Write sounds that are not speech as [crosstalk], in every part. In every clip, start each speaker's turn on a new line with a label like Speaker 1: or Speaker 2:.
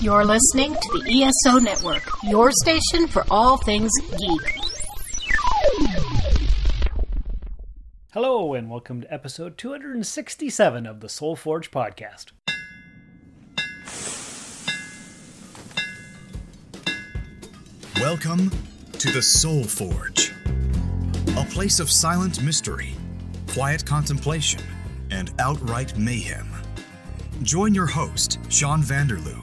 Speaker 1: You're listening to the ESO Network, your station for all things geek.
Speaker 2: Hello, and welcome to episode 267 of the Soul Forge podcast.
Speaker 3: Welcome to the Soul Forge, a place of silent mystery, quiet contemplation, and outright mayhem. Join your host, Sean Vanderloo,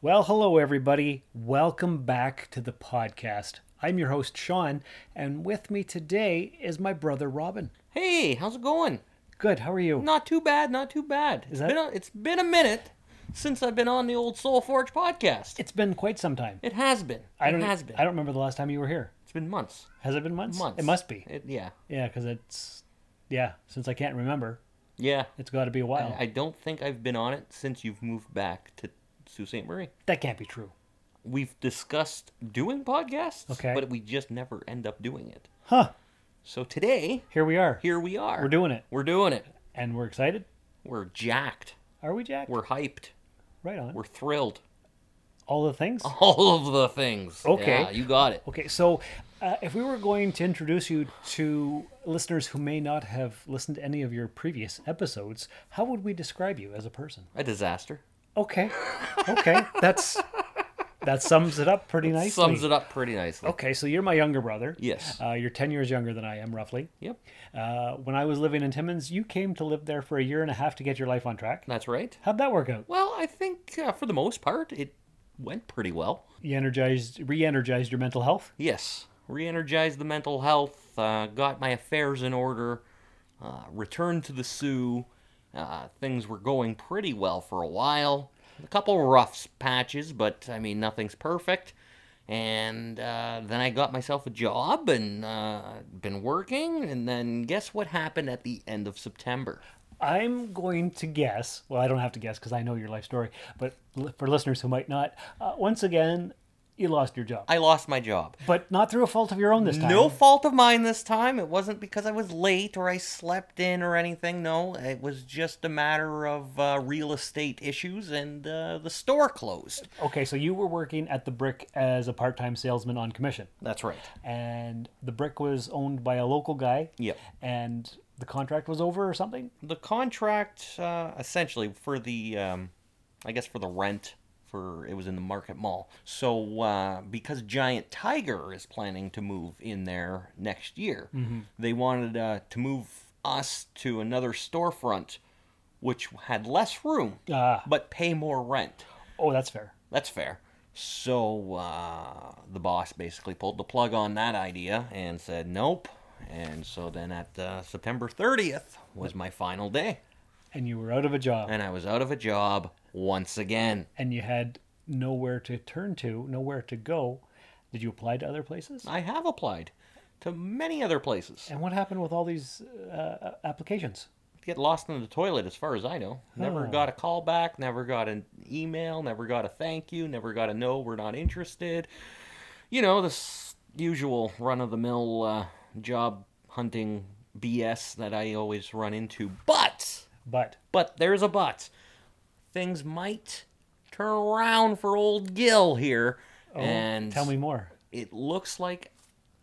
Speaker 2: Well, hello, everybody. Welcome back to the podcast. I'm your host, Sean, and with me today is my brother, Robin.
Speaker 4: Hey, how's it going?
Speaker 2: Good, how are you?
Speaker 4: Not too bad, not too bad.
Speaker 2: that-
Speaker 4: It's been a, it's been a minute since I've been on the old Soul Forge podcast.
Speaker 2: It's been quite some time.
Speaker 4: It has been.
Speaker 2: I don't, e-
Speaker 4: it has been.
Speaker 2: I don't remember the last time you were here.
Speaker 4: It's been months.
Speaker 2: Has it been months?
Speaker 4: Months.
Speaker 2: It must be.
Speaker 4: It, yeah.
Speaker 2: Yeah, because it's, yeah, since I can't remember,
Speaker 4: Yeah.
Speaker 2: it's got to be a while.
Speaker 4: I, I don't think I've been on it since you've moved back to Sault Ste. Marie.
Speaker 2: that can't be true.
Speaker 4: We've discussed doing podcasts,
Speaker 2: Okay.
Speaker 4: but we just never end up doing it.
Speaker 2: Huh,
Speaker 4: So today,
Speaker 2: here we are.
Speaker 4: here we are.
Speaker 2: We're doing it,
Speaker 4: We're doing it.
Speaker 2: and we're excited.
Speaker 4: We're jacked.
Speaker 2: Are we, Jack?
Speaker 4: We're hyped.
Speaker 2: right on.
Speaker 4: We're thrilled. [laughs]
Speaker 2: All the things?
Speaker 4: All of the things.
Speaker 2: Okay.
Speaker 4: Yeah, you got it.
Speaker 2: Okay, so uh, if we were going to introduce you to listeners who may not have listened to any of your previous episodes, how would we describe you as a person?
Speaker 4: A disaster.
Speaker 2: Okay, okay, that's that sums it up pretty nicely.
Speaker 4: Sums it up pretty nicely.
Speaker 2: Okay, so you're my younger brother.
Speaker 4: Yes.
Speaker 2: Uh, you're 10 years younger than I am, roughly.
Speaker 4: Yep.
Speaker 2: Uh, when I was living in Timmins, you came to live there for a year and a half to get your life on track.
Speaker 4: That's right.
Speaker 2: How'd that work out?
Speaker 4: Well, I think uh, for the most part, it went pretty well.
Speaker 2: You energized, re energized your mental health?
Speaker 4: Yes. Re energized the mental health, uh, got my affairs in order, uh, returned to the Sioux. Uh, things were going pretty well for a while. A couple rough patches, but I mean, nothing's perfect. And uh, then I got myself a job and uh, been working. And then guess what happened at the end of September?
Speaker 2: I'm going to guess. Well, I don't have to guess because I know your life story. But li- for listeners who might not, uh, once again, you lost your job,
Speaker 4: I lost my job.
Speaker 2: but not through a fault of your own this time.
Speaker 4: No fault of mine this time. It wasn't because I was late or I slept in or anything. No, it was just a matter of uh, real estate issues and uh, the store closed.
Speaker 2: Okay, so you were working at the Brick as a part-time salesman on commission,
Speaker 4: That's right.
Speaker 2: and the Brick was owned by a local guy.
Speaker 4: Yep.
Speaker 2: And the contract was over or something.
Speaker 4: The contract, uh, essentially, for the, um, I guess, for the rent. For, it was in the market mall. So, uh, because Giant Tiger is planning to move in there next year, they wanted uh, to move us to another storefront, which had less room,
Speaker 2: Ah.
Speaker 4: but pay more rent.
Speaker 2: Oh, that's fair.
Speaker 4: That's fair. So uh, the boss basically pulled the plug on that idea and said nope. And so then at uh, September 30th was my final day,
Speaker 2: And you were out of a job,
Speaker 4: and I was out of a job once again.
Speaker 2: and you had nowhere to turn to, nowhere to go. Did you apply to other places?
Speaker 4: I have applied to many other places.
Speaker 2: And what happened with all these uh, applications?
Speaker 4: Get lost in the toilet, as far as I know. Never
Speaker 2: Oh.
Speaker 4: got a call back. Never got an email. Never got a thank you. Never got a no. We're not interested. You know the s- usual run-of-the-mill uh, job hunting BS that I always run into. But
Speaker 2: But
Speaker 4: but there's a but. Things might turn around for old Gil here, and
Speaker 2: Tell me more.
Speaker 4: it looks like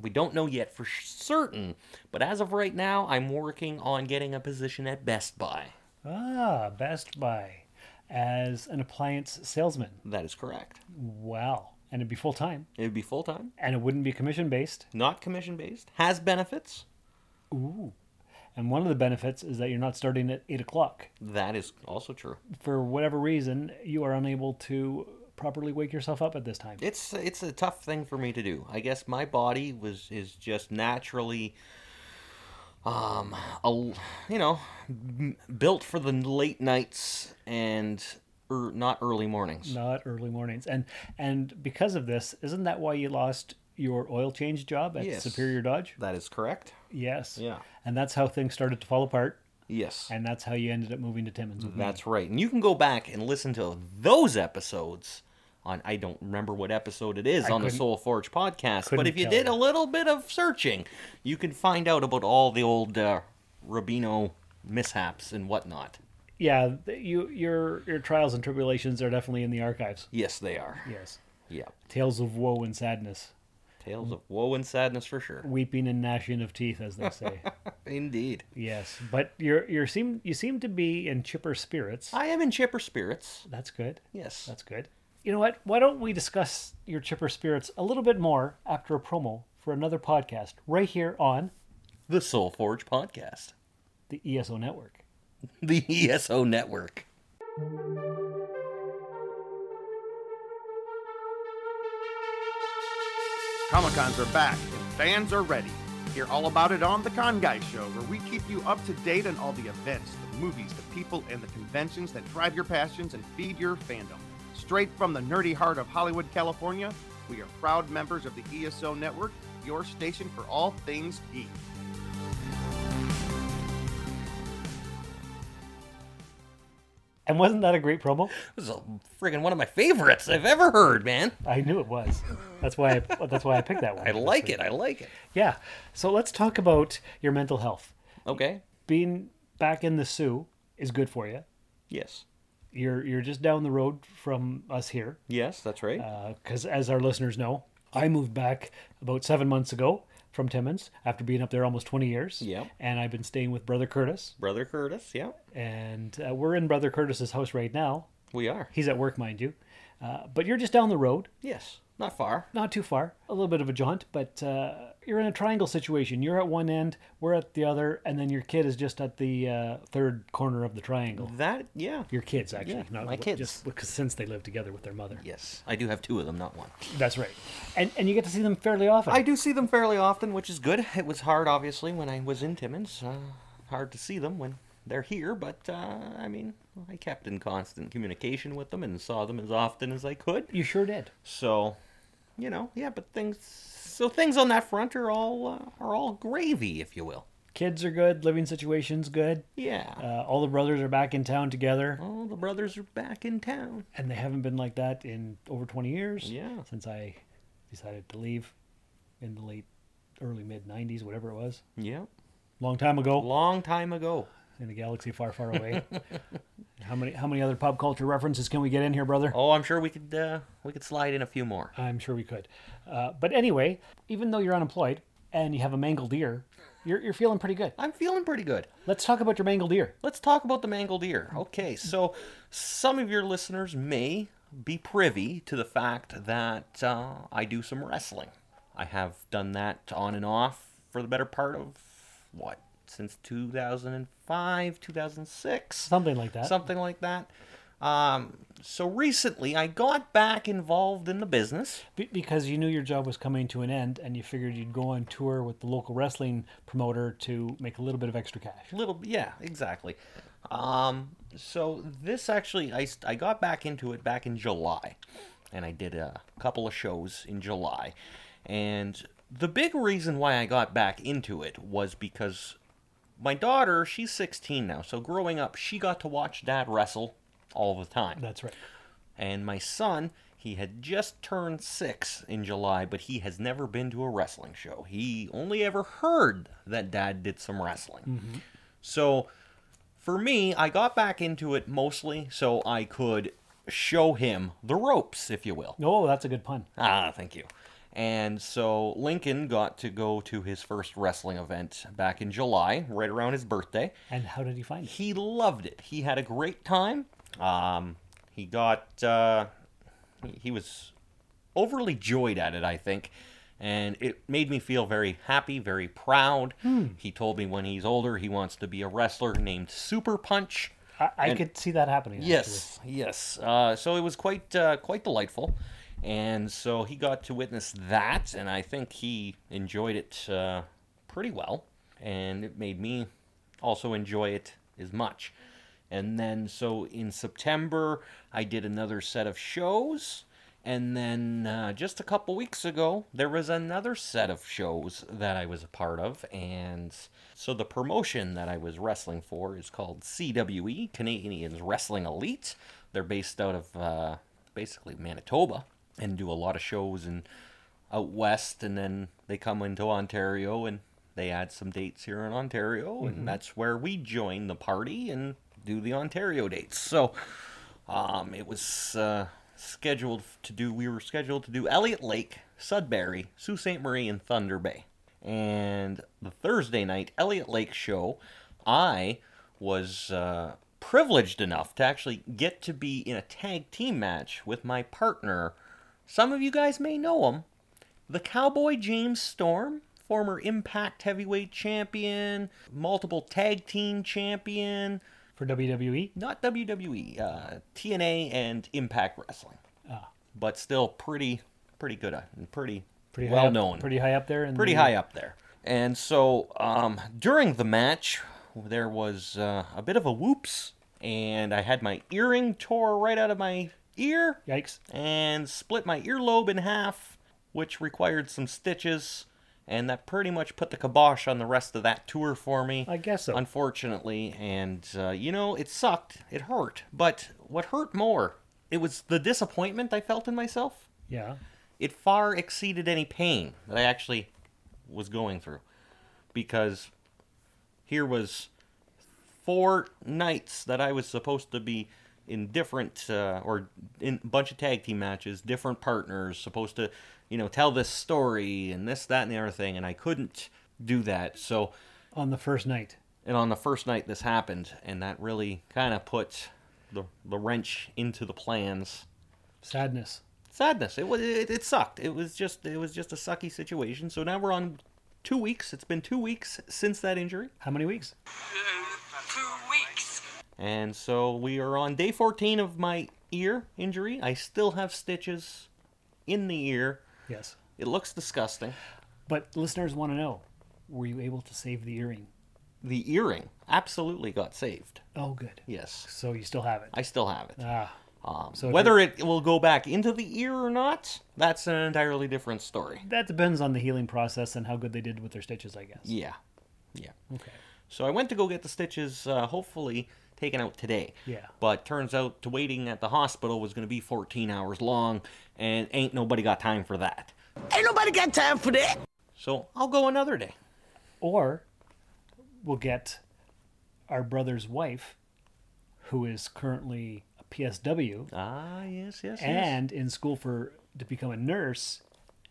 Speaker 4: we don't know yet for certain. But as of right now, I'm working on getting a position at Best Buy.
Speaker 2: Ah, Best Buy as an appliance salesman.
Speaker 4: That is correct.
Speaker 2: Wow. And it'd be full time
Speaker 4: It would be full time,
Speaker 2: and it wouldn't be commission based.
Speaker 4: not commission based, has benefits.
Speaker 2: Ooh. And one of the benefits is that you're not starting at 8 o'clock.
Speaker 4: That is also true.
Speaker 2: For whatever reason, you are unable to properly wake yourself up at this time.
Speaker 4: It's it's a tough thing for me to do. I guess my body was is just naturally, um, a, you know, m- built for the late nights and er, not early mornings.
Speaker 2: not early mornings. And and because of this, isn't that why you lost your oil change job at
Speaker 4: Yes.
Speaker 2: Superior Dodge?
Speaker 4: That is correct.
Speaker 2: Yes.
Speaker 4: Yeah.
Speaker 2: And that's how things started to fall apart,
Speaker 4: Yes.
Speaker 2: and that's how you ended up moving to Timmins. with me.
Speaker 4: That's right. And you can go back and listen to those episodes on I don't remember what episode it is on the
Speaker 2: couldn't-
Speaker 4: Soul Forge podcast,
Speaker 2: couldn't
Speaker 4: but if you
Speaker 2: tell
Speaker 4: did
Speaker 2: you.
Speaker 4: a little bit of searching, you can find out about all the old uh, Rubino mishaps and whatnot.
Speaker 2: Yeah, th- you your your trials and tribulations are definitely in the archives.
Speaker 4: Yes, they are.
Speaker 2: Yes.
Speaker 4: Yeah.
Speaker 2: Tales of woe and sadness,
Speaker 4: Tales of woe and sadness for sure.
Speaker 2: weeping and gnashing of teeth, as they
Speaker 4: [laughs]
Speaker 2: say.
Speaker 4: Indeed.
Speaker 2: yes, but you're you're seem you seem to be in chipper spirits.
Speaker 4: I am in chipper spirits.
Speaker 2: That's good.
Speaker 4: Yes.
Speaker 2: That's good. You know what? Why don't we discuss your chipper spirits a little bit more after a promo for another podcast right here on
Speaker 4: the Soul Forge podcast, [laughs]
Speaker 2: the ESO Network.
Speaker 4: the ESO network.
Speaker 5: Comic Cons are back and fans are ready. Hear all about it on The Con Guy Show, where we keep you up to date on all the events, the movies, the people, and the conventions that drive your passions and feed your fandom. Straight from the nerdy heart of Hollywood, California, we are proud members of the ESO Network, your station for all things geek.
Speaker 2: And wasn't that a great promo?
Speaker 4: This is a friggin' one of my favorites I've ever heard, man.
Speaker 2: I knew it was. That's why I, that's why I picked that one.
Speaker 4: [laughs] I like it. I like it.
Speaker 2: Yeah. So let's talk about your mental health.
Speaker 4: Okay.
Speaker 2: Being back in the Sioux is good for you.
Speaker 4: Yes.
Speaker 2: You're you're just down the road from us here.
Speaker 4: Yes, that's right.
Speaker 2: because as our listeners know, I moved back about seven months ago from Timmins after being up there almost 20 years.
Speaker 4: Yep.
Speaker 2: And I've been staying with Brother Curtis,
Speaker 4: Brother Curtis, yeah,
Speaker 2: and uh, we're in Brother Curtis's house right now.
Speaker 4: we are.
Speaker 2: He's at work, mind you. Uh, but you're just down the road,
Speaker 4: Yes, not far.
Speaker 2: not too far, a little bit of a jaunt, but uh, you're in a triangle situation. You're at one end, we're at the other, and then your kid is just at the uh, third corner of the triangle.
Speaker 4: That, yeah.
Speaker 2: Your kids, actually,
Speaker 4: Yeah,
Speaker 2: not
Speaker 4: my
Speaker 2: just
Speaker 4: kids.
Speaker 2: because since they live together with their mother.
Speaker 4: Yes, I do have two of them, not one.
Speaker 2: That's right, and and you get to see them fairly often.
Speaker 4: I do see them fairly often, which is good. It was hard, obviously, when I was in Timmins. Uh, hard to see them when they're here, but uh, I mean, I kept in constant communication with them and saw them as often as I could.
Speaker 2: You sure did.
Speaker 4: So, you know, yeah, but things. So things on that front are all uh, are all gravy, if you will.
Speaker 2: kids are good, living situation's good.
Speaker 4: Yeah.
Speaker 2: Uh, all the brothers are back in town together,
Speaker 4: all the brothers are back in town.
Speaker 2: and they haven't been like that in over 20 years.
Speaker 4: Yeah.
Speaker 2: Since I decided to leave in the late, early mid 90s, whatever it was.
Speaker 4: Yep.
Speaker 2: Long time ago
Speaker 4: Long time ago.
Speaker 2: in a galaxy far, far
Speaker 4: [laughs]
Speaker 2: away. how many how many other pop culture references can we get in here, brother?
Speaker 4: Oh, I'm sure we could uh, we could slide in a few more.
Speaker 2: I'm sure we could. Uh, but anyway, even though you're unemployed and you have a mangled ear, you're, you're feeling pretty good.
Speaker 4: I'm feeling pretty good.
Speaker 2: Let's talk about your mangled ear.
Speaker 4: Let's talk about the mangled ear. Okay, so some of your listeners may be privy to the fact that uh, I do some wrestling. I have done that on and off for the better part of what since 2005, 2006.
Speaker 2: Something like that.
Speaker 4: something like that. Um, so recently, I got back involved in the business.
Speaker 2: Be- because you knew your job was coming to an end and you figured you'd go on tour with the local wrestling promoter to make a little bit of extra cash.
Speaker 4: Little, yeah, exactly. Um, so this actually, I, I got back into it back in July, and I did a couple of shows in July, and the big reason why I got back into it was because my daughter, she's 16 now, so growing up, she got to watch dad wrestle all the time.
Speaker 2: That's right.
Speaker 4: And my son, he had just turned six in July, but he has never been to a wrestling show. He only ever heard that dad did some wrestling. So for me, I got back into it mostly so I could show him the ropes, if you will.
Speaker 2: Oh, that's a good pun.
Speaker 4: Ah, thank you. And so Lincoln got to go to his first wrestling event back in July, right around his birthday
Speaker 2: And how did he find it?
Speaker 4: he loved it. He had a great time. Um, he got uh, he- he was overly joyed at it, I think, and it made me feel very happy, very proud. He told me when he's older he wants to be a wrestler named Super Punch.
Speaker 2: I, I could see that happening.
Speaker 4: Yes, yes. Uh, so it was quite uh, quite delightful, and so he got to witness that, and I think he enjoyed it uh, pretty well, and it made me also enjoy it as much. And then, so in September, I did another set of shows. And then uh, just a couple weeks ago, there was another set of shows that I was a part of. And so the promotion that I was wrestling for is called CWE, Canadians Wrestling Elite. They're based out of uh, basically Manitoba and do a lot of shows and out west. And then they come into Ontario and they add some dates here in Ontario. And that's where we join the party and do the Ontario dates. So um, it was uh, scheduled to do. We were scheduled to do Elliott Lake, Sudbury, Sault Ste. Marie, and Thunder Bay. And the Thursday night Elliott Lake show, I was uh, privileged enough to actually get to be in a tag team match with my partner. Some of you guys may know him, the Cowboy James Storm, former Impact Heavyweight Champion, multiple tag team champion,
Speaker 2: for E? WWE.
Speaker 4: not WWE, uh, TNA and Impact Wrestling,
Speaker 2: Ah.
Speaker 4: but still pretty, pretty good uh, and pretty,
Speaker 2: Pretty high
Speaker 4: well
Speaker 2: up-
Speaker 4: known,
Speaker 2: Pretty high up there. In
Speaker 4: pretty
Speaker 2: the-
Speaker 4: high up there. And so um, during the match, there was uh, a bit of a whoops, and I had my earring tore right out of my ear
Speaker 2: Yikes!
Speaker 4: and split my earlobe in half, which required some stitches, and that pretty much put the kibosh on the rest of that tour for me.
Speaker 2: I guess so.
Speaker 4: Unfortunately, and uh, you know, it sucked. It hurt. But what hurt more, it was the disappointment I felt in myself.
Speaker 2: Yeah.
Speaker 4: It far exceeded any pain that I actually was going through. Because here was four nights that I was supposed to be in different uh, or in a bunch of tag team matches, different partners, supposed to, you know, tell this story and this, that, and the other thing, and I couldn't do that. So,
Speaker 2: On the first night.
Speaker 4: and on the first night this happened, and that really kind of put the the wrench into the plans.
Speaker 2: Sadness.
Speaker 4: Sadness. It was it, it sucked. It was just it was just a sucky situation. So now we're on two weeks. It's been two weeks since that injury.
Speaker 2: How many weeks?
Speaker 6: two weeks.
Speaker 4: And so we are on day 14 of my ear injury. I still have stitches in the ear.
Speaker 2: Yes.
Speaker 4: It looks disgusting.
Speaker 2: But listeners want to know: Were you able to save the earring?
Speaker 4: The earring absolutely got saved.
Speaker 2: Oh, good.
Speaker 4: Yes.
Speaker 2: So you still have it.
Speaker 4: I still have it.
Speaker 2: Ah.
Speaker 4: Um,
Speaker 2: so if
Speaker 4: whether it will go back into the ear or not, that's an entirely different story.
Speaker 2: That depends on the healing process and how good they did with their stitches, I guess.
Speaker 4: Yeah. Yeah.
Speaker 2: Okay.
Speaker 4: So I went to go get the stitches, uh, hopefully taken out today.
Speaker 2: Yeah.
Speaker 4: But turns out to waiting at the hospital was going to be 14 hours long, and ain't nobody got time for that.
Speaker 6: Ain't nobody got time for that.
Speaker 4: So I'll go another day.
Speaker 2: Or we'll get our brother's wife, who is currently a PSW
Speaker 4: Ah, yes, yes, yes.
Speaker 2: and in school for to become a nurse,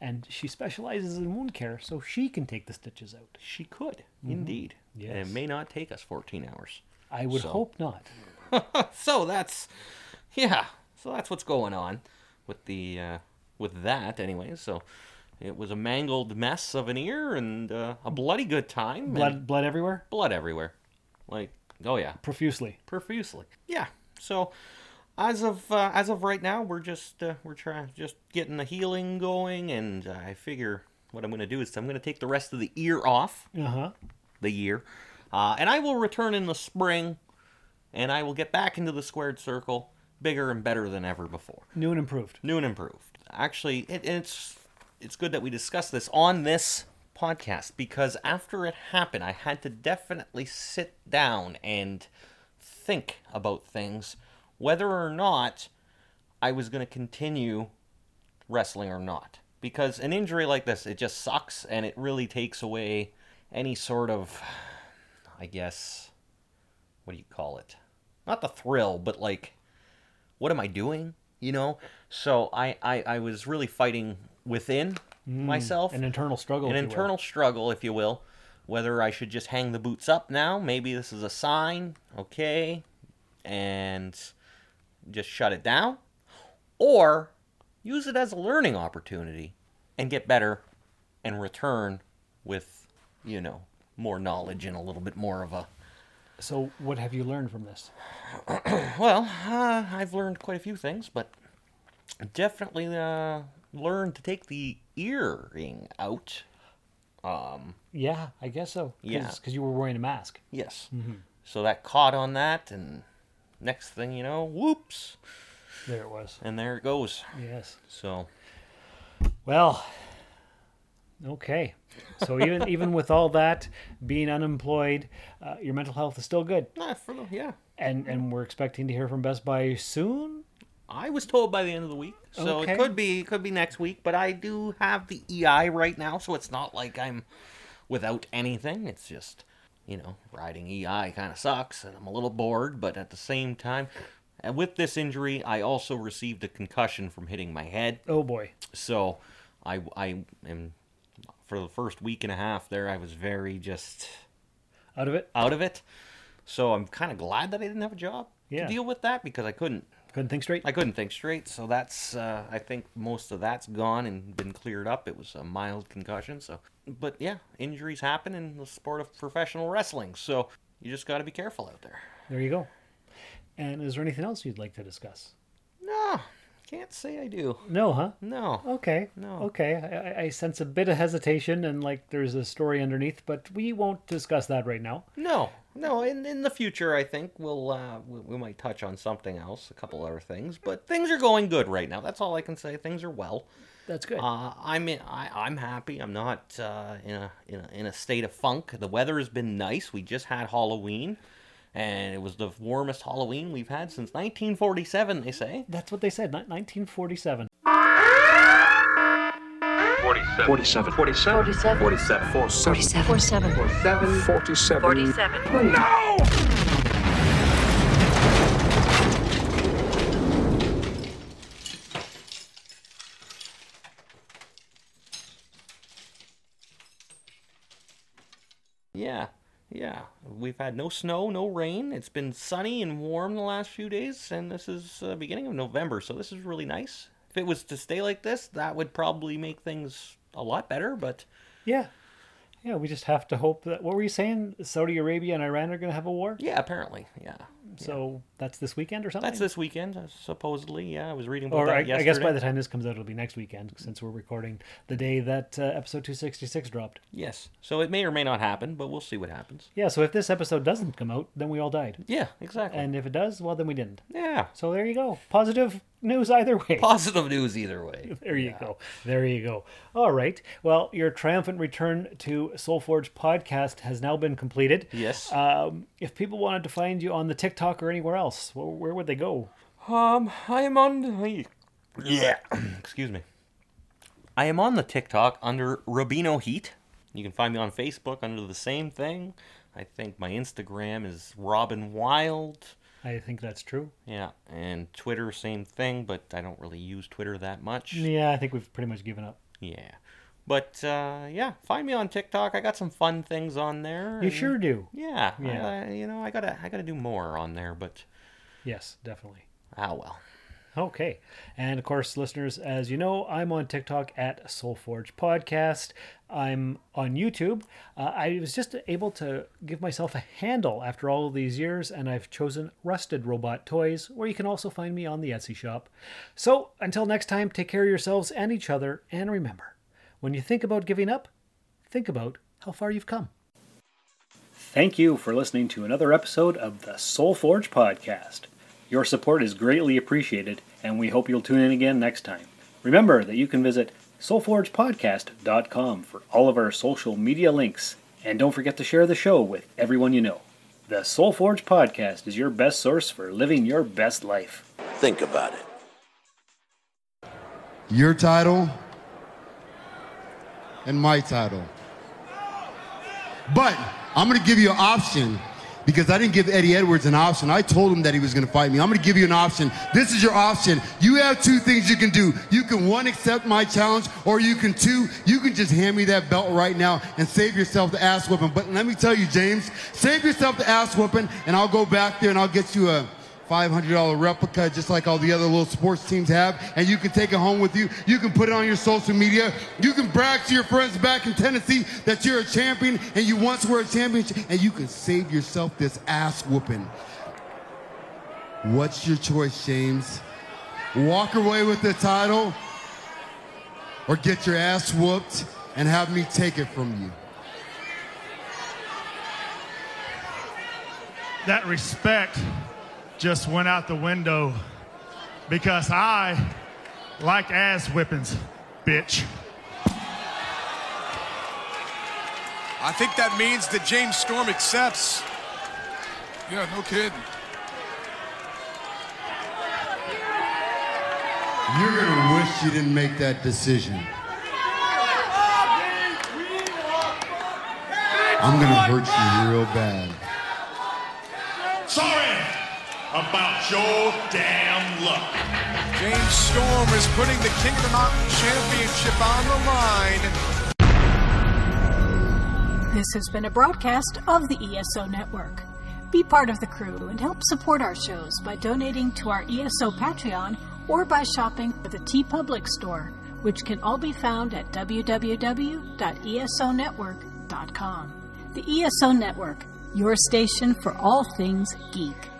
Speaker 2: and she specializes in wound care, so she can take the stitches out.
Speaker 4: She could, indeed.
Speaker 2: Mm-hmm. Yes.
Speaker 4: And it may not take us 14 hours.
Speaker 2: I would
Speaker 4: So-
Speaker 2: hope not.
Speaker 4: So that's, yeah. So that's what's going on with the, uh, with that anyway. So it was a mangled mess of an ear and uh, a bloody good time. and
Speaker 2: Blood, blood everywhere,
Speaker 4: blood everywhere. Like, oh yeah.
Speaker 2: profusely.
Speaker 4: profusely. Yeah. So as of uh, as of right now, we're just uh, we're trying just getting the healing going, and uh, I figure what I'm going to do is I'm going to take the rest of the ear off
Speaker 2: Uh huh.
Speaker 4: the year, uh, and I will return in the spring, and I will get back into the squared circle, bigger and better than ever before,
Speaker 2: New and improved.
Speaker 4: new and improved. Actually, it, it's it's good that we discussed this on this podcast because after it happened, I had to definitely sit down and think about things, whether or not I was going to continue wrestling or not. Because an injury like this, it just sucks and it really takes away any sort of, I guess, what do you call it? Not the thrill, but like, what am I doing? You know? So I, I, I was really fighting within myself
Speaker 2: An internal struggle.
Speaker 4: an
Speaker 2: if you will.
Speaker 4: internal struggle, if you will, whether I should just hang the boots up now. Maybe this is a sign, okay, and just shut it down, or use it as a learning opportunity and get better and return with, you know, more knowledge and a little bit more of a.
Speaker 2: So, what have you learned from this?
Speaker 4: Well, uh, I've learned quite a few things, but definitely uh, learned to take the earring out.
Speaker 2: Yeah, I guess so.
Speaker 4: Yeah.
Speaker 2: because you were wearing a mask.
Speaker 4: Mm-hmm. Yes. So that caught on that, and next thing you know, whoops,
Speaker 2: There it was.
Speaker 4: and there it goes.
Speaker 2: Yes.
Speaker 4: So
Speaker 2: Well, okay. So even [laughs] even with all that, being unemployed, uh, your mental health is still good,
Speaker 4: nah, for the, yeah,
Speaker 2: and and we're expecting to hear from Best Buy soon.
Speaker 4: I was told by the end of the week, so
Speaker 2: Okay.
Speaker 4: it could be it could be next week. But I do have the EI right now, so it's not like I'm without anything. It's just you know riding EI kind of sucks, and I'm a little bored. But at the same time, and with this injury, I also received a concussion from hitting my head.
Speaker 2: Oh boy.
Speaker 4: So I I am for the first week and a half there, I was very just
Speaker 2: Out of it.
Speaker 4: out of it. So I'm kind of glad that I didn't have a job
Speaker 2: Yeah.
Speaker 4: to deal with that because I couldn't
Speaker 2: Couldn't think straight.
Speaker 4: I couldn't think straight, so that's uh, I think most of that's gone and been cleared up. It was a mild concussion, so but yeah, injuries happen in the sport of professional wrestling, so you just got to be careful out there.
Speaker 2: There you go. And is there anything else you'd like to discuss?
Speaker 4: No, can't say I do.
Speaker 2: No, huh?
Speaker 4: No,
Speaker 2: Okay.
Speaker 4: No.
Speaker 2: Okay. I- I, I sense a bit of hesitation and like there's a story underneath, but we won't discuss that right now.
Speaker 4: no, no. In in the future, I think we'll uh, we, we might touch on something else, a couple other things, but things are going good right now. That's all I can say. Things are well.
Speaker 2: That's good.
Speaker 4: Uh, I'm in, I, I'm happy. I'm not uh, in, a, in a in a state of funk. The weather has been nice. We just had Halloween, and it was the warmest Halloween we've had since 1947. They say.
Speaker 2: That's what they said. ni- 1947.
Speaker 7: 47. 47. 47. 47. 47. 47. 47. 47. 47.
Speaker 4: Yeah, yeah. We've had no snow, no rain. It's been sunny and warm the last few days, and this is uh, beginning of November, so this is really nice. If it was to stay like this, that would probably make things a lot better. But
Speaker 2: Yeah. Yeah, we just have to hope that. What were you saying? Saudi Arabia and Iran are going to have a war?
Speaker 4: yeah, apparently, yeah.
Speaker 2: So that's this weekend or something?
Speaker 4: That's this weekend, uh, supposedly. Yeah, I was reading about
Speaker 2: Or
Speaker 4: that
Speaker 2: I, I
Speaker 4: yesterday.
Speaker 2: guess by the time this comes out, it'll be next weekend since we're recording the day that uh, episode 266 dropped.
Speaker 4: Yes. So it may or may not happen, but we'll see what happens.
Speaker 2: Yeah, so if this episode doesn't come out, then we all died.
Speaker 4: Yeah, exactly.
Speaker 2: And if it does, well, then we didn't.
Speaker 4: yeah.
Speaker 2: So there you go. Positive news either way.
Speaker 4: Positive news
Speaker 2: [laughs]
Speaker 4: either way.
Speaker 2: There you go. There you go. All right. Well, your triumphant return to Soulforge podcast has now been completed.
Speaker 4: Yes.
Speaker 2: Um, if people wanted to find you on the TikTok or anywhere else, where, where would they go?
Speaker 4: Um, I am on the Yeah. [clears throat] Excuse me. I am on the TikTok under Rubino Heat. You can find me on Facebook under the same thing. I think my Instagram is Robin Wild.
Speaker 2: I think that's true.
Speaker 4: Yeah, and Twitter same thing, but I don't really use Twitter that much.
Speaker 2: Yeah, I think we've pretty much given up.
Speaker 4: Yeah. But uh, yeah, find me on TikTok. I got some fun things on there.
Speaker 2: You
Speaker 4: and-
Speaker 2: sure do.
Speaker 4: Yeah,
Speaker 2: Yeah.
Speaker 4: I, I- you know, I gotta, I gotta do more on there, but
Speaker 2: Yes, definitely.
Speaker 4: ah well.
Speaker 2: Okay. And of course, listeners, as you know, I'm on TikTok at Soulforge Podcast. I'm on YouTube. Uh, I was just able to give myself a handle after all of these years, and I've chosen Rusted Robot Toys, where you can also find me on the Etsy shop. So until next time, take care of yourselves and each other, and remember when you think about giving up, think about how far you've come. Thank you for listening to another episode of the Soul Forge podcast. Your support is greatly appreciated, and we hope you'll tune in again next time. Remember that you can visit soulforgepodcast.com for all of our social media links, and don't forget to share the show with everyone you know. The Soul Forge podcast is your best source for living your best life.
Speaker 8: Think about it.
Speaker 9: your title and my title. But I'm going to give you an option because I didn't give Eddie Edwards an option. I told him that he was going to fight me. I'm going to give you an option. This is your option. You have two things you can do. You can one accept my challenge or you can two, you can just hand me that belt right now and save yourself the ass whooping. But let me tell you, James, save yourself the ass whooping and I'll go back there and I'll get you a $500 replica just like all the other little sports teams have and you can take it home with you you can put it on your social media you can brag to your friends back in tennessee that you're a champion and you once were a champion and you can save yourself this ass whooping what's your choice james walk away with the title or get your ass whooped and have me take it from you
Speaker 10: that respect
Speaker 8: just went out the window because I like ass whippings, bitch.
Speaker 10: I think that means that James Storm accepts. Yeah, no kidding.
Speaker 9: You're going to wish you didn't make that decision. I'm going to hurt you real bad.
Speaker 8: Sorry about your damn luck.
Speaker 10: James Storm is putting the King of the Mountain Championship on the line.
Speaker 1: This has been a broadcast of the ESO Network. Be part of the crew and help support our shows by donating to our ESO Patreon or by shopping at the T Public Store, which can all be found at E www.esonetwork.com. The ESO Network, your station for all things geek.